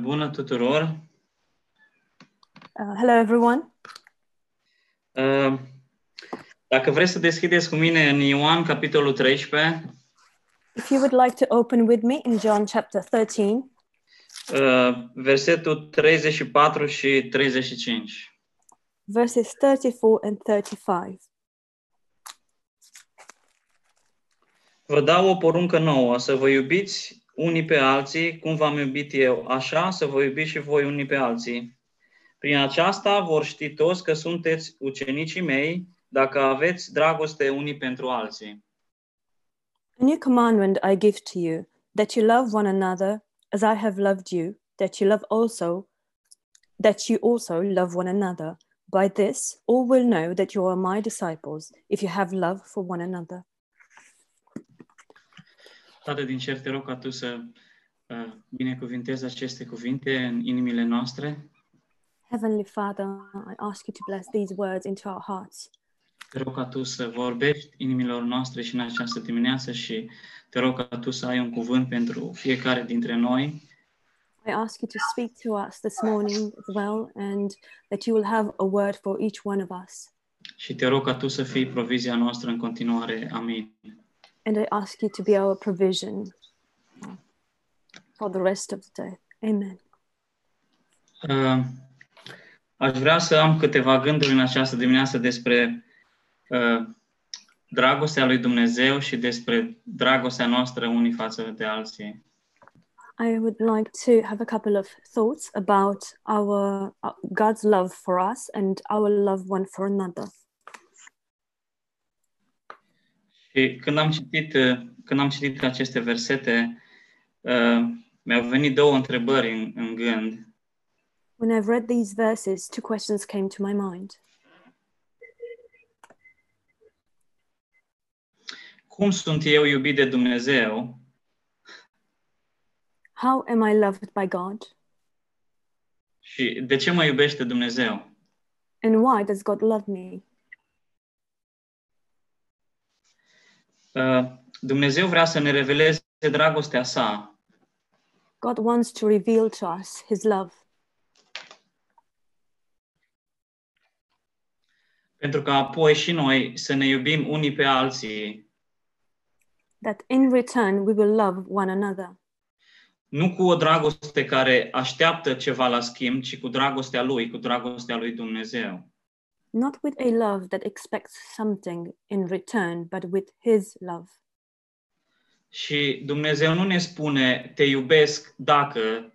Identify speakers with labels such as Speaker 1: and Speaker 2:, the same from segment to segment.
Speaker 1: Bună tuturor!
Speaker 2: Uh, hello, everyone.
Speaker 1: Uh, Dacă vreți să deschideți cu mine în Ioan, capitolul 13,
Speaker 2: If you would like to open with me in John chapter 13,
Speaker 1: uh, versetul 34 și 35.
Speaker 2: verses 34 and 35.
Speaker 1: Vă dau o poruncă nouă, să vă iubiți unii pe alții, cum v-am iubit eu, așa să vă iubiți și voi unii pe alții. Prin aceasta vor ști toți că sunteți ucenicii mei, dacă aveți dragoste unii pentru alții.
Speaker 2: A new commandment I give to you, that you love one another as I have loved you, that you love also, that you also love one another. By this, all will know that you are my disciples, if you have love for one another.
Speaker 1: Tată din cer, te rog ca Tu să uh, binecuvintezi aceste cuvinte în inimile noastre.
Speaker 2: Heavenly Father, I ask you to bless these words into our hearts.
Speaker 1: Te rog ca Tu să vorbești inimilor noastre și în această dimineață și te rog ca Tu să ai un cuvânt pentru fiecare dintre noi.
Speaker 2: I ask you to speak to us this morning as well, and that you will have a word for each one of us.
Speaker 1: Și te rog ca Tu să fii provizia noastră în continuare. Amin.
Speaker 2: And I ask you to be our provision for the rest of the day. Amen.
Speaker 1: Uh, Aș vrea să am câteva gânduri în această dimineață despre uh, dragostea lui Dumnezeu și despre dragostea noastră unii față de alții.
Speaker 2: I would like to have a couple of thoughts about our uh, God's love for us and our love one for another.
Speaker 1: Și când am citit, uh, când am citit aceste versete, uh, mi-au venit două întrebări în, în gând.
Speaker 2: When I've read these verses, two questions came to my mind.
Speaker 1: Cum sunt eu iubit de Dumnezeu
Speaker 2: How am I loved by God?
Speaker 1: și de ce mă iubește Dumnezeu?
Speaker 2: And why does God love me?
Speaker 1: Uh, Dumnezeu vrea să ne reveleze dragostea sa
Speaker 2: God wants to reveal to us his love
Speaker 1: pentru ca apoi și noi să ne iubim unii pe alții,
Speaker 2: that in return we will love one another,
Speaker 1: nu cu o dragoste care așteaptă ceva la schimb, ci cu dragostea lui, cu dragostea lui Dumnezeu.
Speaker 2: not with a love that expects something in return, but with his love.
Speaker 1: Și Dumnezeu nu ne spune, te iubesc dacă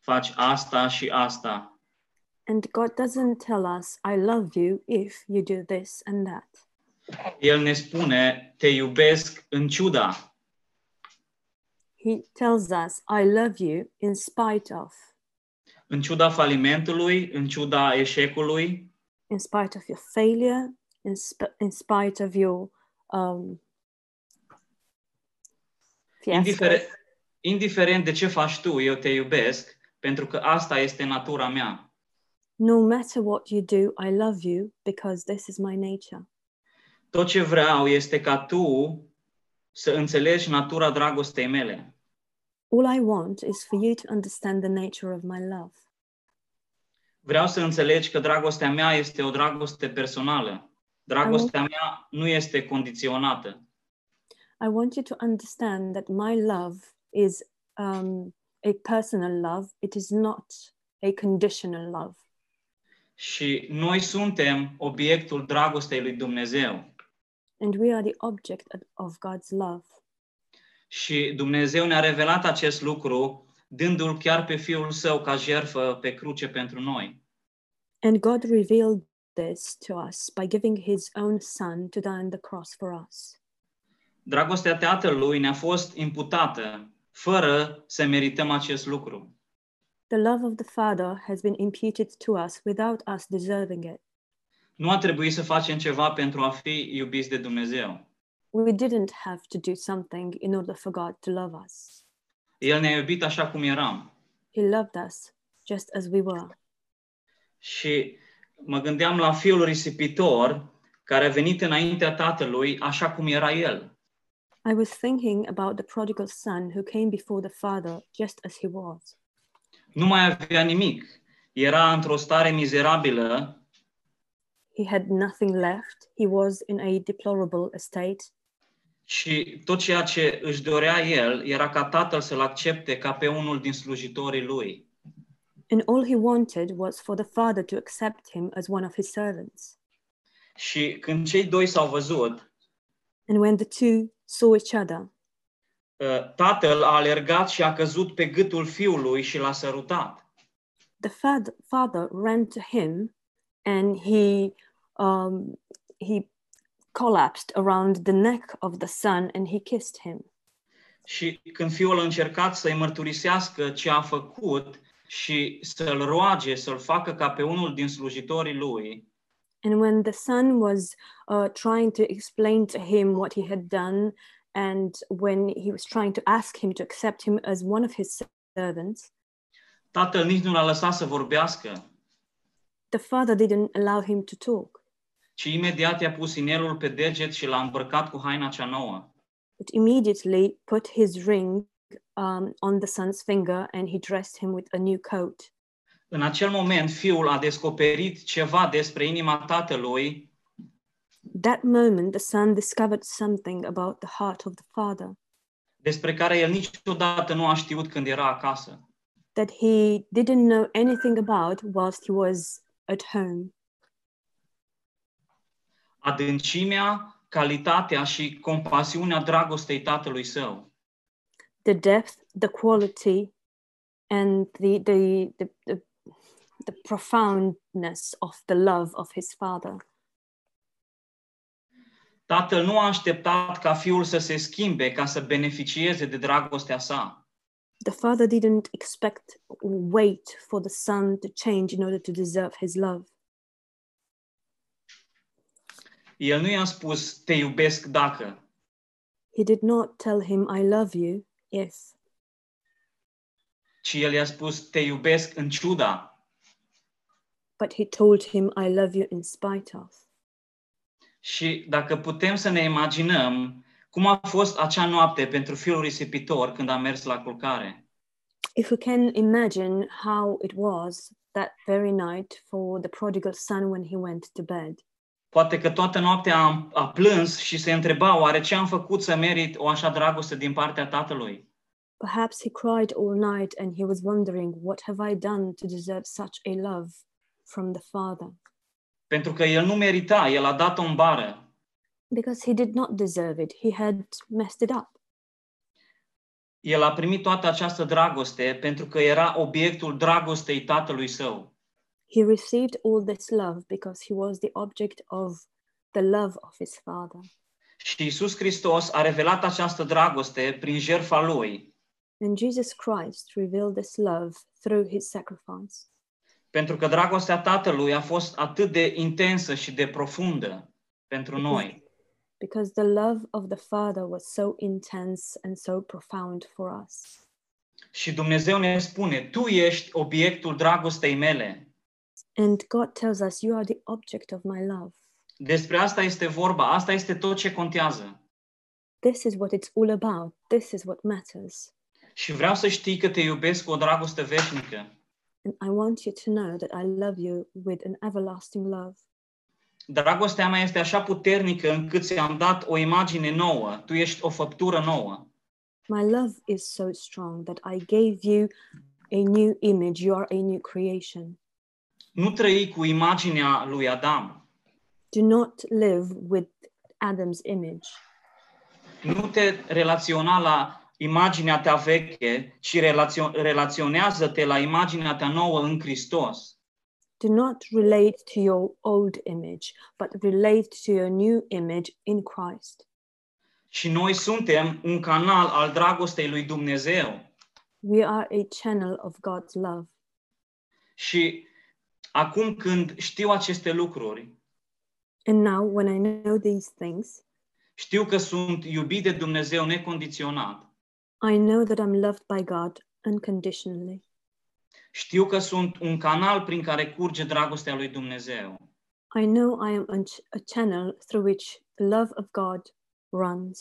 Speaker 1: faci asta și asta,
Speaker 2: And God doesn't tell us, I love you if you do this and that.
Speaker 1: El ne spune, te iubesc în ciuda.
Speaker 2: He tells us, I love you in spite of,
Speaker 1: În ciuda falimentului, în ciuda eșecului,
Speaker 2: in spite of your failure, in, sp- in spite of your um, fiasco.
Speaker 1: indiferent, indiferent de ce faci tu, eu te iubesc, pentru că asta este natura mea.
Speaker 2: No matter what you do, I love you because this is my nature.
Speaker 1: Tot ce vreau este ca tu să înțelegi natura dragostei mele.
Speaker 2: All I want is for you to understand the nature of my love.
Speaker 1: Vreau să înțelegi că dragostea mea este o dragoste personală. Dragostea mea nu este condiționată.
Speaker 2: I want you to understand that my love is um, a personal love, it is not a conditional love.
Speaker 1: Și noi suntem obiectul dragostei lui Dumnezeu.
Speaker 2: And we are the object of God's love.
Speaker 1: Și Dumnezeu ne-a revelat acest lucru, dându-l chiar pe Fiul Său ca jertfă pe cruce pentru noi.
Speaker 2: And God revealed this to us by giving his own son to die on the cross for us.
Speaker 1: Dragostea Tatălui ne-a fost imputată, fără să merităm acest lucru.
Speaker 2: The love of the Father has been imputed to us without us deserving it.
Speaker 1: Nu a trebuit să facem ceva pentru a fi iubiți de Dumnezeu.
Speaker 2: We didn't have to do something in order for God to love us.
Speaker 1: El ne-a iubit așa cum eram.
Speaker 2: He loved us just as we were.
Speaker 1: Și mă gândeam la Fiul risipitor, care a venit înaintea Tatălui așa cum era El.
Speaker 2: I was thinking about the prodigal son who came before the father just as he was.
Speaker 1: Nu mai avea nimic. Era într-o stare mizerabilă
Speaker 2: He had nothing left. He was in a deplorable state,
Speaker 1: și tot ceea ce își dorea el era ca tatăl să-l accepte ca pe unul din slujitorii lui.
Speaker 2: and all he wanted was for the father to accept him as one of his servants.
Speaker 1: Și când cei doi s-au văzut,
Speaker 2: And when the two saw each other,
Speaker 1: uh, tatăl a alergat și a căzut pe gâtul fiului și l-a sărutat.
Speaker 2: the fad- father ran to him and he, um, he collapsed around the neck of the son and he kissed him.
Speaker 1: Și când fiul a încercat să-i mărturisească ce a făcut și să-l roage, să-l facă ca pe unul din slujitorii lui,
Speaker 2: And when the son was uh, trying to explain to him what he had done, and when he was trying to ask him to accept him as one of his servants,
Speaker 1: tatăl nici nu l-a lăsat să vorbească,
Speaker 2: the father didn't allow him to talk,
Speaker 1: ci imediat i-a pus inelul pe deget și l-a îmbrăcat cu haina cea nouă.
Speaker 2: but immediately put his ring um, on the son's finger and he dressed him with a new coat.
Speaker 1: În acel moment, fiul a descoperit ceva despre inima tatălui
Speaker 2: That moment, the son discovered something about the heart of the father
Speaker 1: despre care el niciodată nu a știut când era acasă.
Speaker 2: that he didn't know anything about whilst he was at home.
Speaker 1: Adâncimea, calitatea și compasiunea dragostei tatălui său.
Speaker 2: the depth, the quality, and the the the, the, the profoundness of the love of his father.
Speaker 1: Tatăl nu a așteptat ca fiul să se schimbe ca să beneficieze de dragostea sa,
Speaker 2: The father didn't expect or wait for the son to change in order to deserve his love.
Speaker 1: el nu i-a spus te iubesc dacă,
Speaker 2: He did not tell him, I love you, if,
Speaker 1: ci el i-a spus te iubesc în ciuda
Speaker 2: but he told him, I love you in spite of.
Speaker 1: Și dacă putem să ne imaginăm cum a fost acea noapte pentru fiul risipitor când a mers la culcare.
Speaker 2: If we can imagine how it was that very night for the prodigal son when he went to bed.
Speaker 1: Poate că toată noaptea a, a plâns și se întreba oare ce am făcut să merit o așa dragoste din partea tatălui.
Speaker 2: Perhaps he cried all night and he was wondering, What have I done to deserve such a love from the Father?
Speaker 1: Pentru că el nu merita, el a dat-o în bară,
Speaker 2: Because he did not deserve it, he had messed it up.
Speaker 1: El a primit toată această dragoste pentru că era obiectul dragostei tatălui său.
Speaker 2: He received all this love because he was the object of the love of his Father.
Speaker 1: Și Isus Hristos a revelat această dragoste prin jertfa lui,
Speaker 2: And Jesus Christ revealed this love through his sacrifice
Speaker 1: pentru că dragostea tatălui a fost atât de intensă și de profundă pentru noi.
Speaker 2: because the love of the Father was so intense and so profound for us.
Speaker 1: Și Dumnezeu ne spune, tu ești obiectul dragostei mele.
Speaker 2: And God tells us, You are the object of my love.
Speaker 1: Despre asta este vorba, asta este tot ce contează.
Speaker 2: This is what it's all about. This is what matters.
Speaker 1: Și vreau să știi că te iubesc cu o dragoste veșnică.
Speaker 2: And I want you to know that I love you with an everlasting love.
Speaker 1: Dragostea mea este așa puternică încât ți-am dat o imagine nouă. Tu ești o făptură nouă.
Speaker 2: My love is so strong that I gave you a new image. You are a new creation.
Speaker 1: Nu trăi cu imaginea lui Adam.
Speaker 2: Do not live with Adam's image.
Speaker 1: Nu te relaționa la imaginea ta veche, ci relațio- relaționează-te la imaginea ta nouă în Hristos.
Speaker 2: Do not relate to your old image, but relate to your new image in Christ.
Speaker 1: Și noi suntem un canal al dragostei lui Dumnezeu.
Speaker 2: We are a channel of God's love.
Speaker 1: Și acum când știu aceste lucruri,
Speaker 2: And now, when I know these things,
Speaker 1: știu că sunt iubit de Dumnezeu necondiționat.
Speaker 2: I know that I'm loved by God unconditionally.
Speaker 1: Știu că sunt un canal prin care curge dragostea lui Dumnezeu.
Speaker 2: I know I am a ch- a channel through which the love of God runs.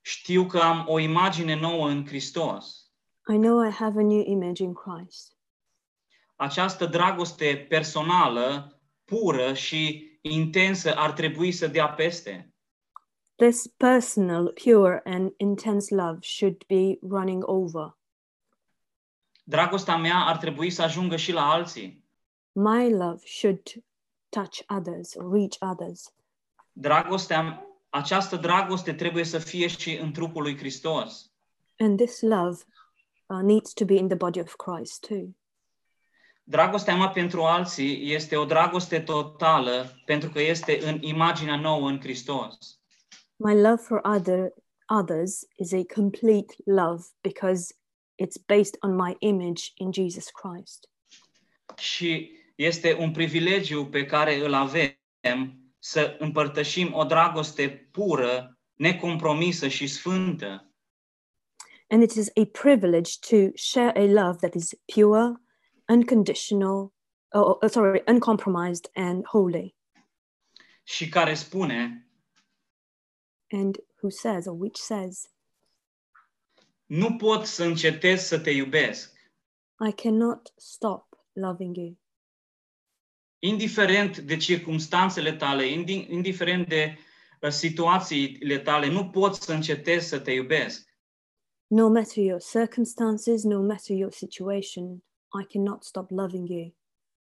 Speaker 1: Știu că am o imagine nouă în Hristos.
Speaker 2: I know I have a new image in Christ.
Speaker 1: această dragoste personală, pură și intensă ar trebui să dea peste.
Speaker 2: This personal, pure, and intense love should be running over.
Speaker 1: Dragostea mea ar trebui să ajungă și la alții.
Speaker 2: My love should touch others, reach others.
Speaker 1: Dragostea, această dragoste trebuie să fie și în trupul lui Hristos.
Speaker 2: And this love uh, needs to be in the body of Christ too.
Speaker 1: Dragostea mea pentru alții este o dragoste totală pentru că este în imaginea nouă în Hristos.
Speaker 2: My love for other others is a complete love because it's based on my image in Jesus Christ.
Speaker 1: Și este un privilegiu pe care îl avem să împărtășim o dragoste pură, necompromisă și sfântă.
Speaker 2: And it is a privilege to share a love that is pure, unconditional, oh, oh, sorry, uncompromised and holy,
Speaker 1: și care spune,
Speaker 2: and who says or which says,
Speaker 1: nu pot să încetez să te iubesc,
Speaker 2: I cannot stop loving you.
Speaker 1: indiferent de circumstanțele tale, indi- indiferent de uh, situațiile tale, nu pot să încetez să te iubesc.
Speaker 2: No matter your circumstances, no matter your situation, I cannot stop loving you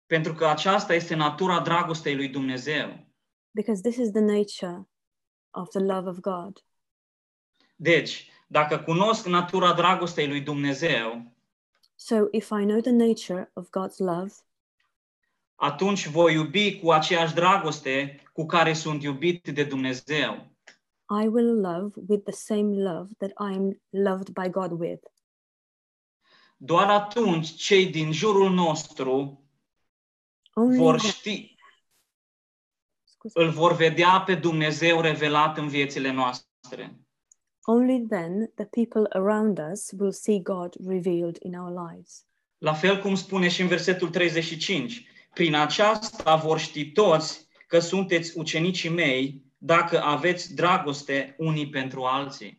Speaker 1: Pentru că aceasta este natura dragostei lui Dumnezeu.
Speaker 2: because this is the nature of the love of God.
Speaker 1: Deci, dacă cunosc natura dragostei lui Dumnezeu,
Speaker 2: So if I know the nature of God's love,
Speaker 1: atunci voi iubi cu aceeași dragoste cu care sunt iubit de Dumnezeu.
Speaker 2: I will love with the same love that I am loved by God with.
Speaker 1: Doar atunci cei din jurul nostru
Speaker 2: Only
Speaker 1: vor
Speaker 2: then-
Speaker 1: ști,
Speaker 2: excuse me.
Speaker 1: îl vor vedea pe Dumnezeu revelat în viețile noastre.
Speaker 2: Only then the people around us will see God revealed in our lives.
Speaker 1: La fel cum spune și în versetul 35, prin aceasta vor ști toți că sunteți ucenicii mei dacă aveți dragoste unii pentru alții.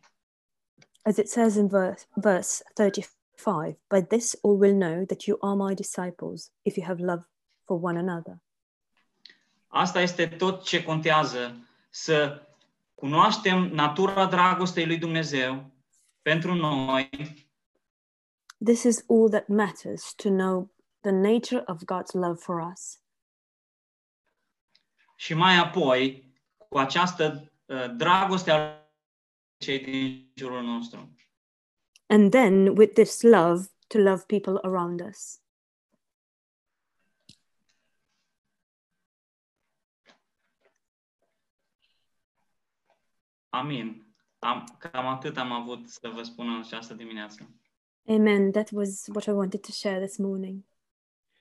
Speaker 2: As it says in verse, verse 35, by this all will know that you are my disciples if you have love for one another.
Speaker 1: Asta este tot ce contează, să cunoaștem natura dragostei lui Dumnezeu pentru noi
Speaker 2: This is all that matters to know the nature of God's love for us
Speaker 1: și mai apoi cu această uh, dragoste a cei din jurul nostru.
Speaker 2: and then with this love to love people around us.
Speaker 1: Amin. Am, cam atât am avut să vă spun în această dimineață.
Speaker 2: Amen. That was what I wanted to share this morning.